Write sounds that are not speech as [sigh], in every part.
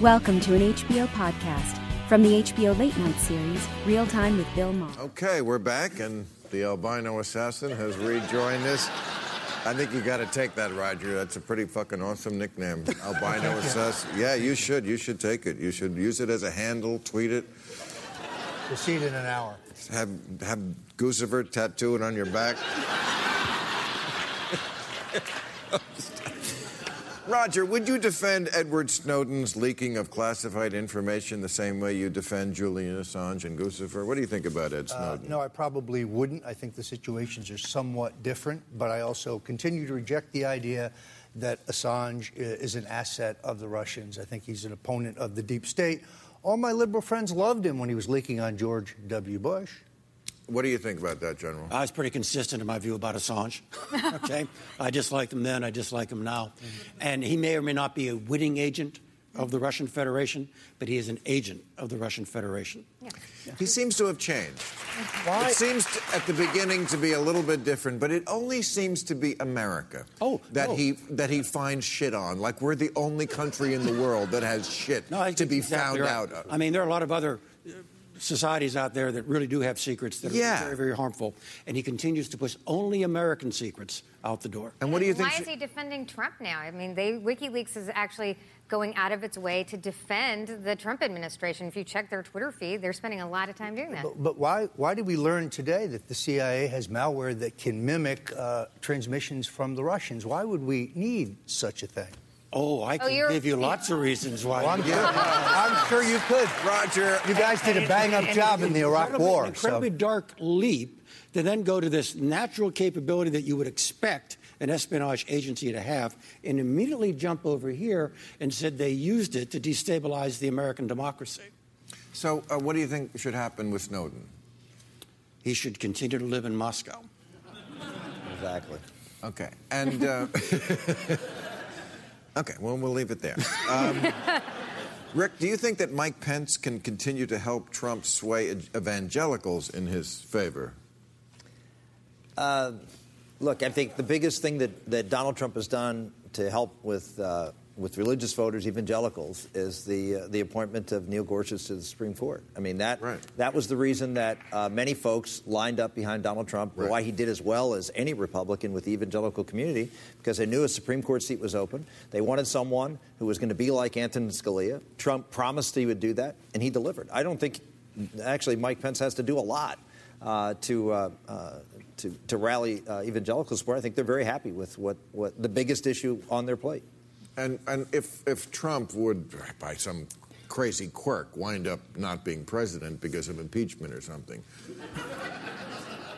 Welcome to an HBO podcast from the HBO Late Night series, Real Time with Bill Maher. Okay, we're back, and the albino assassin has rejoined us. I think you got to take that, Roger. That's a pretty fucking awesome nickname, albino assassin. Yeah, you should. You should take it. You should use it as a handle. Tweet it. You'll see it in an hour. Have have Guccifer tattoo it on your back. [laughs] Roger, would you defend Edward Snowden's leaking of classified information the same way you defend Julian Assange and Guccifer? What do you think about Ed Uh, Snowden? no, I probably wouldn't. I think the situations are somewhat different, but I also continue to reject the idea that Assange i- is an asset of the Russians. I think he's an opponent of the deep state. All my liberal friends loved him when he was leaking on George W. Bush. What do you think about that, General? I was pretty consistent in my view about Assange. Okay, I disliked him then. I dislike him now, and he may or may not be a winning agent of the Russian Federation, but he is an agent of the Russian Federation. He seems to have changed. Why- It seems to, at the beginning to be a little bit different, but it only seems to be America. Oh, that no. he that he finds shit on. Like we're the only country in the world that has shit No, I to think be found exactly right. out. of. I mean, there are a lot of other uh, societies out there that really do have secrets that are Yeah. very, very harmful, and he continues to push only American secrets out the door. and what do you think? Why is he defending Trump now? I mean, they WikiLeaks is actually going out of its way to defend the Trump administration. If you check their Twitter feed, they're spending a lot of time doing that. But, but why, why did we learn today that the CIA has malware that can mimic uh, transmissions from the Russians? Why would we need such a thing? Oh, I can you're- give you lots of reasons why. Well, I'm, you- sure, I'm sure you could. Roger, You guys did a bang up job in the Iraq incredibly- War. An incredibly so- dark leap to then go to this natural capability that you would expect an espionage agency to have and immediately jump over here and said they used it to destabilize the American democracy. so uh, what do you think should happen with Snowden? He should continue to live in Moscow. Exactly. Okay, and uh, [laughs] okay, well we'll leave it there. Um, [laughs] Rick, do you think that Mike Pence can continue to help Trump sway evangelicals in his favor? Look, I think the biggest thing that, that Donald Trump has done to help with uh, with religious voters, evangelicals, is the uh, the appointment of Neil Gorsuch to the Supreme Court. I mean that Right. that was the reason that uh, many folks lined up behind Donald Trump, Right. why he did as well as any Republican with the evangelical community, because they knew a Supreme Court seat was open. They wanted someone who was going to be like Antonin Scalia. Trump promised he would do that, and he delivered. I don't think actually Mike Pence has to do a lot uh, to, uh, uh, to to rally uh, evangelical support. I think they're very happy with what, what the biggest issue on their plate. And and if if Trump would, by some crazy quirk, wind up not being president because of impeachment or something. [laughs]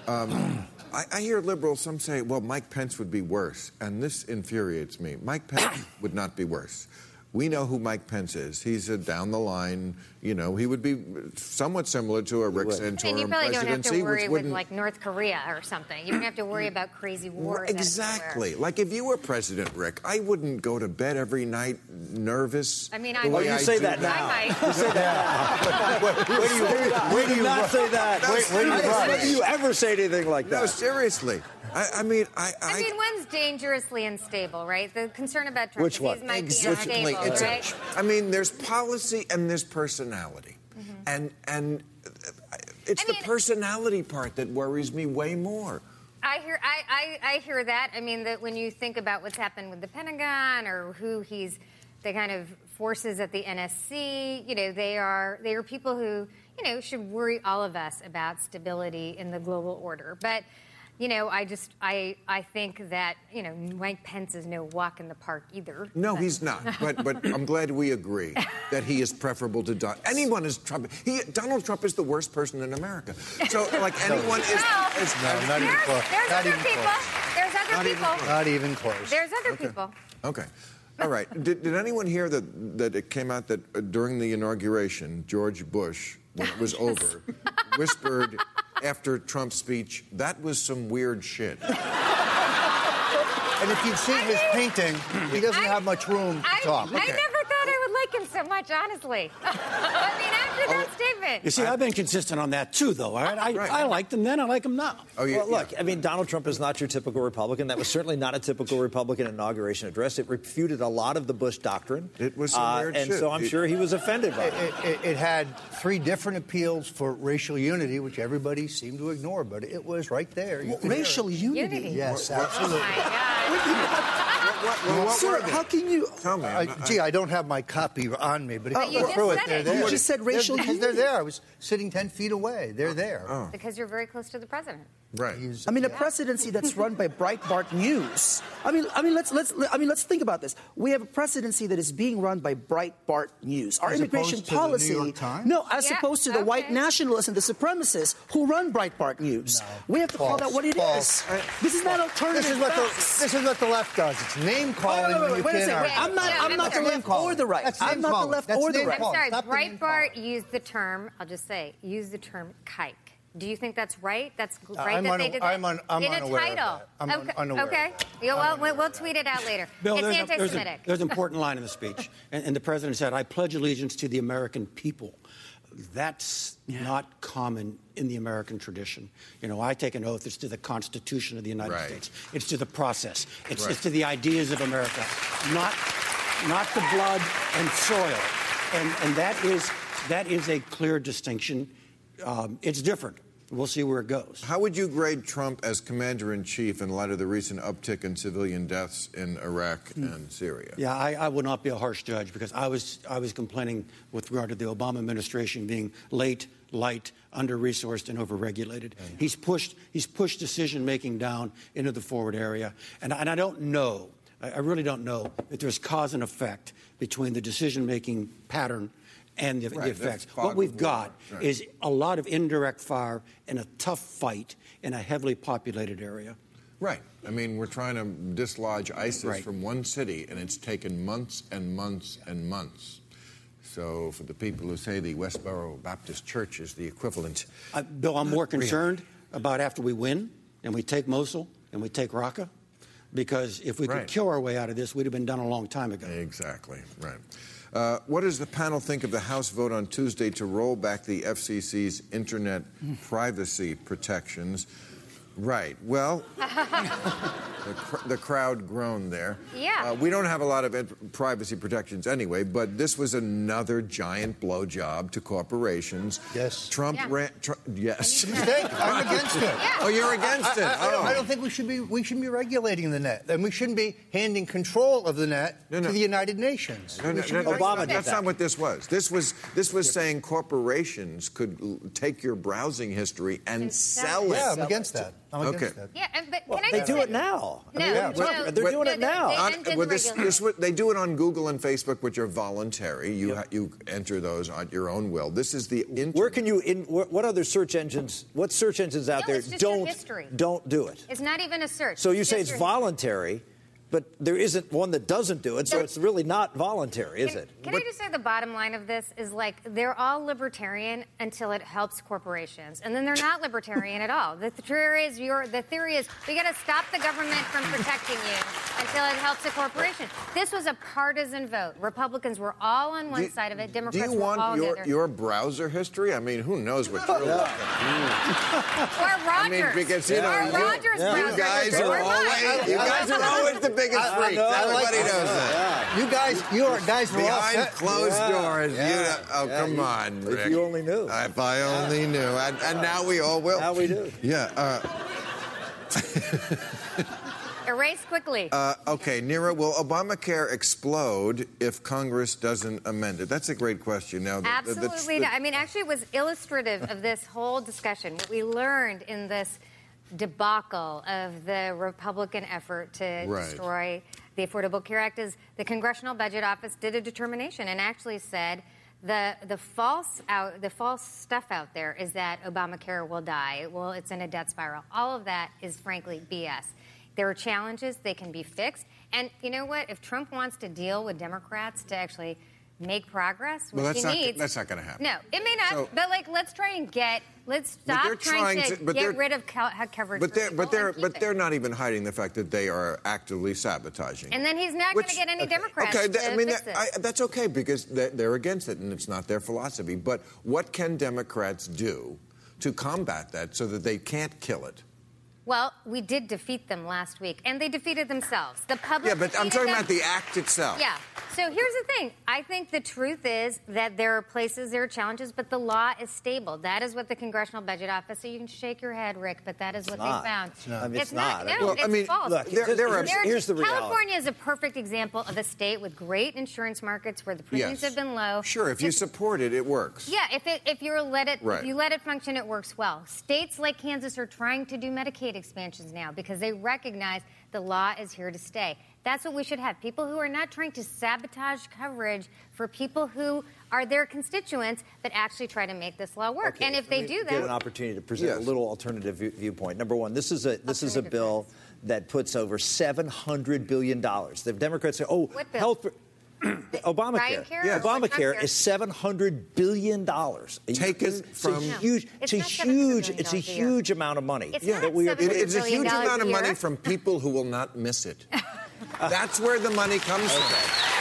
Um, I, I hear liberals, some say, well, Mike Pence would be worse, and this infuriates me. Mike Pence [coughs] would not be worse. We know who Mike Pence is. He's a down the line, you know, he would be somewhat similar to a Rick I mean, you Santorum probably don't have presidency, to worry which with wouldn't. Mm, like North Korea or something. You don't have to worry about crazy wars. out of Exactly. nowhere. Like if you were President Rick, I wouldn't go to bed every night nervous. I mean, the I way would. you say do that now. I [laughs] might. [laughs] Where do you- where do you- say that. No, Wait, where do you I didn't run? say you ever say anything like No, seriously. I, I mean, I. I, I mean, one's dangerously unstable, right? The concern about Trump Which is one? he might exactly. be unstable, It's a- right? I mean, there's policy and there's personality, and and uh, it's Mm-hmm. I the mean- personality part that worries me way more. I hear, I, I, I hear that. I mean, that when you think about what's happened with the Pentagon or who he's, the kind of forces at the NSC, you know, they are they are people who you know should worry all of us about stability in the global order. But you know, I just I I think that you know Mike Pence is no walk in the park either. No, he's not. But but I'm glad we agree that he is preferable to Don. Anyone is Trump. He Donald Trump is the worst person in America. So [laughs] like anyone is. Well, is No, not even there's, close. there's Not other even people. close. There's other Not even people. close. Not even close. There's other people. Okay. All right. Did, did anyone hear that, that it came out that uh, during the inauguration, George Bush, when it was over, whispered after Trump's speech, that was some weird [laughs] shit? And if you've seen I his knew- painting, he doesn't I- have much room to I, talk. I never thought I would like him so much, honestly. [laughs] I mean, after that Oh, statement. You see, I've been consistent on that too, though. All right, I, Right. I liked him then, I like him now. Oh, you, well, look, I mean, Donald Trump is not your typical Republican. That was certainly not a typical Republican inauguration address. It refuted a lot of the Bush doctrine. Uh, It was some weird And shit. so I'm It- sure he was offended by it. It, it, it had three different appeals for racial unity, which everybody seemed to ignore, but it was right there. You Well, could hear it. racial unity. Unity. Yes, [laughs] Oh absolutely. my God. What, what, what, what Sir, were they? how can you? Tell me. I- I'm not- gee, I don't have my copy on me, but if But you go just through it, said they're it. there. You just said They're- racial They're, unity. there. I was sitting ten feet away. Oh. They're there. Because you're very close to the president. Right. He's- I mean, a presidency that's run by Breitbart News. I mean, I mean, let's let's I mean, let's think about this. We have a presidency that is being run by Breitbart News. Our As immigration opposed to the New policy, York Times? no, as Yeah, opposed to the white okay. nationalists and the supremacists who run Breitbart News. We have to call False. that what it is. False. This is not alternative. This is what the facts. this is what the left does. It's name calling. Wait, wait, wait, when you wait a can't second. argue. I'm not- Yeah, I'm I'm not the sorry. left or the right. That's I'm name not the calling. left That's or the name right. I'm calling. sorry, Stop the name Breitbart calling. used the term, I'll just say, used the term kike. Do you think that's right? That's g- Uh, right I'm that they una- did that I'm un- I'm in a unaware of title. that. I'm un- okay. unaware of okay. that. Yeah, I'm well, unaware we'll, we'll of that. tweet it out later. Bill, it's there's, a- there's, a- anti-Semitic. there's an important line in the speech, and, and the president said, "I pledge allegiance to the American people." That's not common in the American tradition. You know, I take an oath. It's to the Constitution of the United Right. States. It's to the process. It's, Right. it's to the ideas of America, not not the blood and soil, and and that is that is a clear distinction. Um, it's different. We'll see where it goes. How would you grade Trump as commander in chief in light of the recent uptick in civilian deaths in Iraq and Syria? Hmm. Yeah, I, I would not be a harsh judge because I was I was complaining with regard to the Obama administration being late, light, under-resourced, and overregulated. He's pushed he's pushed decision making down into the forward area, and and I don't know, I, I really don't know if there's cause and effect between the decision making pattern and the, the Right, the effects. fog What of we've war. got Right. is a lot of indirect fire and a tough fight in a heavily populated area. Right. I mean, we're trying to dislodge ISIS Right. from one city, and it's taken months and months and months. So, for the people who say the Westboro Baptist Church is the equivalent, I, Bill, I'm more concerned about after we win and we take Mosul and we take Raqqa, because if we Right. could kill our way out of this, we'd have been done a long time ago. Exactly, right. Uh, what does the panel think of the House vote on Tuesday to roll back the FCC's internet privacy protections? Right. [laughs] Well, the, cr- the crowd groaned there. Yeah. Uh, we don't have a lot of int- privacy protections anyway, but this was another giant blow job to corporations. Yes. Trump Yeah. ran. Tr- yes. You think? I'm against it. Oh, you're against it. I, I- I don't, Oh. I don't think we should be we shouldn't be regulating the net, and we shouldn't be handing control of the net No, no. to the United Nations. No, no, We should no, be that's Obama not- did That's that. not what this was. This was this was saying corporations could l- take your browsing history and, And sell sell it. it. Yeah, I'm against that. I'm against Okay. that. yeah, and, but Well, can I they just do say- it now. I No, mean, what are you no, talking about? They're doing no, it they- now. They On- ended well, the this- regulation. this was- they do it on Google and Facebook, which are voluntary. You ha- you enter those at your own will. This is the internet. Where can you? In, wh- what other search engines? What search engines out No, there it's just your history. don't don't do it? It's not even a search. So you It's say just it's your- voluntary, but there isn't one that doesn't do it. So There- it's really not voluntary, is Can- it? Can I just say the bottom line of this is like they're all libertarian until it helps corporations, and then they're not libertarian at all. The theory is your the theory is we got to stop the government from protecting you until it helps a corporation. This was a partisan vote. Republicans were all on one Do- side of it. Do Democrats you were all want on the your, other. your browser history? I mean, who knows what you're looking or Rogers. I mean, because you know, or you, Rogers you browser guys history. are Or mine. always you guys are always the biggest I- I freaks. know, I like- Everybody knows that. You guys, you are guys are all Behind set. closed doors, Yeah. you. Oh, come on, if Rick. you only knew. If I only knew. And, and now we all will. Now we do. Yeah. Uh, Erase quickly. uh, okay, Nira, will Obamacare explode if Congress doesn't amend it? That's a great question. Now, the- the- the- Absolutely not. I mean, actually, it was illustrative of this whole discussion. What we learned in this debacle of the Republican effort to Right. destroy the Affordable Care Act is the Congressional Budget Office did a determination and actually said the the false out the false stuff out there is that Obamacare will die. It will. It's in a death spiral. All of that is frankly BS. There are challenges. They can be fixed. And you know what? If Trump wants to deal with Democrats to actually make progress, which Well, that's he not- needs, that's not gonna happen. No, it may not. So- but like, let's try and get. Let's But stop they're trying, trying to, to- but they're- get rid of co- coverage. But for they're people but they're and keep but it. they're not even hiding the fact that they are actively sabotaging. And it. then he's not going to Which- get any Democrats. Okay, to I mean fix that- it. I, that's okay because they're, they're against it and it's not their philosophy. But what can Democrats do to combat that so that they can't kill it? Well, we did defeat them last week, and they defeated themselves. The public. Yeah, but I'm defeated talking them. about the act itself. Yeah. So here's the thing. I think the truth is that there are places, there are challenges, but the law is stable. That is what the Congressional Budget Office. So you can shake your head, Rick, but that is what not. they found. It's not. I mean, it's not. No, Well, it's I mean, false. look, there- there are- Here's- here's the reality. California is a perfect example of a state with great insurance markets where the premiums Yes. have been low. Sure, if you Just- support it, it works. yeah, if it, if you let it Right. if you let it function, it works well. States like Kansas are trying to do Medicaid expansions now because they recognize the law is here to stay. That's what we should have. People who are not trying to sabotage coverage for people who are their constituents, but actually try to make this law work. Okay, and if let they me do give an that, opportunity to present a Yes. little alternative view- viewpoint. Number one, this is a this is a Alternative bill that puts over seven hundred billion dollars. The Democrats say, "Oh, What bill? health." Obamacare. Care Yes. or Obamacare Obamacare? is seven hundred billion dollars. Taken a from- No. huge. It's It's, a not $700 billion huge. It's a a year. huge amount of money It's not that we are. $700 It- it's a Billion huge dollars amount of a year. money from people who will not miss [laughs] it. That's where the money comes from.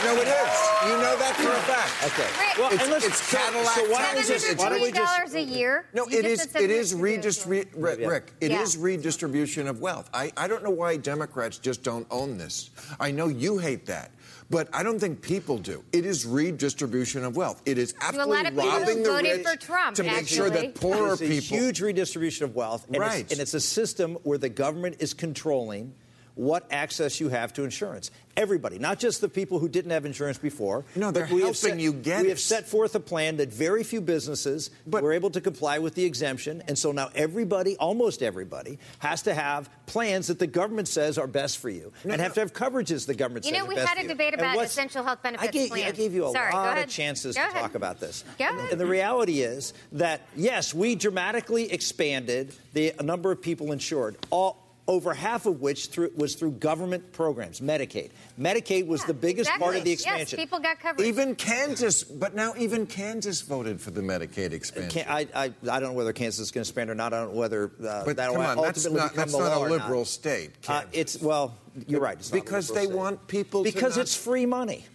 No, it is. You know that for a fact. Okay. Rick. Well, It's- and listen, it's Cadillac So, so why don't we seven just? Why don't we hundred just? dollars a year. No, you it just is said it is $700 to do it. redistrib- Rick, Yeah. Rick, it Yeah. is redistribution of wealth. I, I don't know why Democrats just don't own this. I know you hate that, but I don't think people do. It is redistribution of wealth. It is a lot absolutely of people robbing the rich voted for Trump, to make sure that actually. poorer It's a people huge redistribution of wealth, and, Right. it's, and it's a system where the government is controlling what access you have to insurance. Everybody, not just the people who didn't have insurance before. No, they're but we have helping set- you get We it. have set forth a plan that very few businesses But- were able to comply with the exemption, and so now everybody, almost everybody, has to have plans that the government says are best for you, and have to have coverages the government You says know, are we best had for a you. debate And about what's- essential health I benefits gave, you- I plans. gave you a Sorry, go lot of ahead. chances Go to ahead. talk about this. Go And- ahead. and the reality is that yes, we dramatically expanded the number of people insured. All over half of which through, was through government programs, Medicaid. Medicaid was Yeah, the biggest part of exactly. the expansion. Yes, people got coverage. even Kansas, but now even Kansas voted for the Medicaid expansion. Can, I, I, I don't know whether Kansas is going to expand or not. I don't know whether uh, But that'll come on, that's ultimately not- become that's the not a law or liberal state, Uh, Kansas. it's well, you're right. It's not a Because liberal they state. want people to because not- it's free money.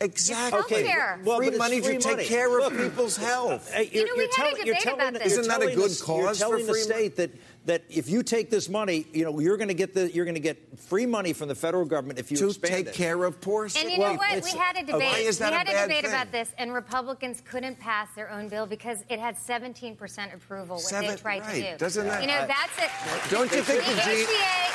exactly. Okay, healthcare. well, free but it's money free to money. take care of Look, people's health. Hey, You know, we had a telling- debate telling about the- this. you're Isn't that a telling good the- cause You're for telling the free money? state that that if you take this money, you know, you're going to get the you're going to get free money from the federal government if you to expand take it. care of poor sick And you know Well, what? it's- We had a debate. Why is that we a had a, bad debate thing? about this, and Republicans couldn't pass their own bill because it had 17% approval. What they Seven- tried right. to do. Doesn't that- You know, I- that's it. Don't you think the the G- ACA?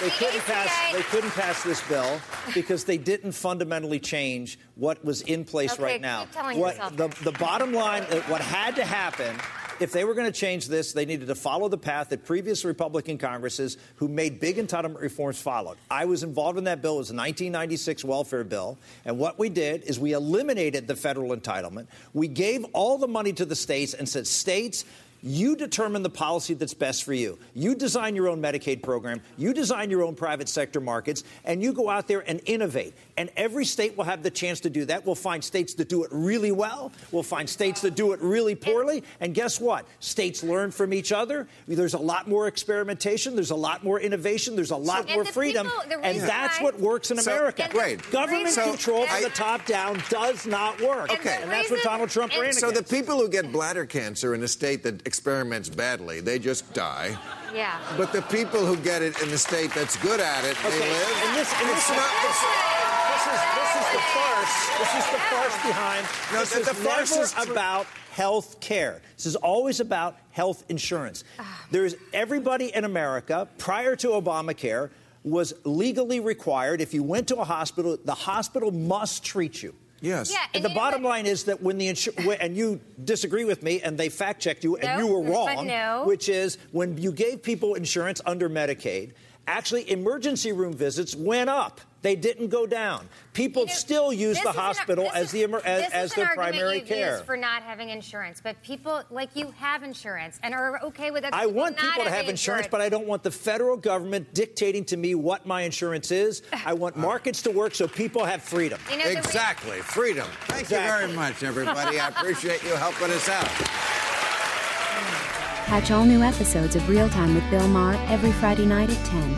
They the couldn't pass. ACA They couldn't pass this bill because they didn't fundamentally change what was in place Okay, right keep now. telling what, yourself the, that. the bottom line, uh, what had to happen, if they were going to change this, they needed to follow the path that previous Republican Congresses who made big entitlement reforms followed. I was involved in that bill. It was a 1996 welfare bill, and what we did is we eliminated the federal entitlement. We gave all the money to the states and said, states. You determine the policy that's best for you. You design your own Medicaid program. You design your own private sector markets, and you go out there and innovate. And every state will have the chance to do that. We'll find states that do it really well. We'll find states that do it really poorly. And guess what? States learn from each other. There's a lot more experimentation. There's a lot more innovation. There's a lot And more the freedom. people- the and reason that's why- what works in So- America. And the Right. Government reason- control and from the I- top down does not work. And Okay. the And that's what reason- Donald Trump and- ran So the against. people who get bladder cancer in a state that experiments badly, they just die. yeah. But the people who get it in the state that's good at it, they live. And this, and it's this, not. It's, this is this is the farce. This is the farce behind. No, this the- is the farce never is tr- about health care. This is always about health insurance. There's everybody in America prior to Obamacare was legally required if you went to a hospital, the hospital must treat you. yes. Yeah, And the you know bottom what? line is that when the insurance, and you disagree with me, and they fact checked you, and No, you were I wrong, know. which is when you gave people insurance under Medicaid, actually emergency room visits went up. They didn't go down. People You know, still use this the is an- hospital this as is- the emer- as, this as is an their argument primary you've care. used for not having insurance, but people like you have insurance and are okay with that. I want people to have insurance, but I don't want the federal government dictating to me what my insurance is. I [laughs] want markets to work so people have freedom. You know, the re- Exactly. Freedom. Thank you very Exactly. much, everybody. I appreciate you helping us out. Catch all new episodes of Real Time with Bill Maher every Friday night at 10,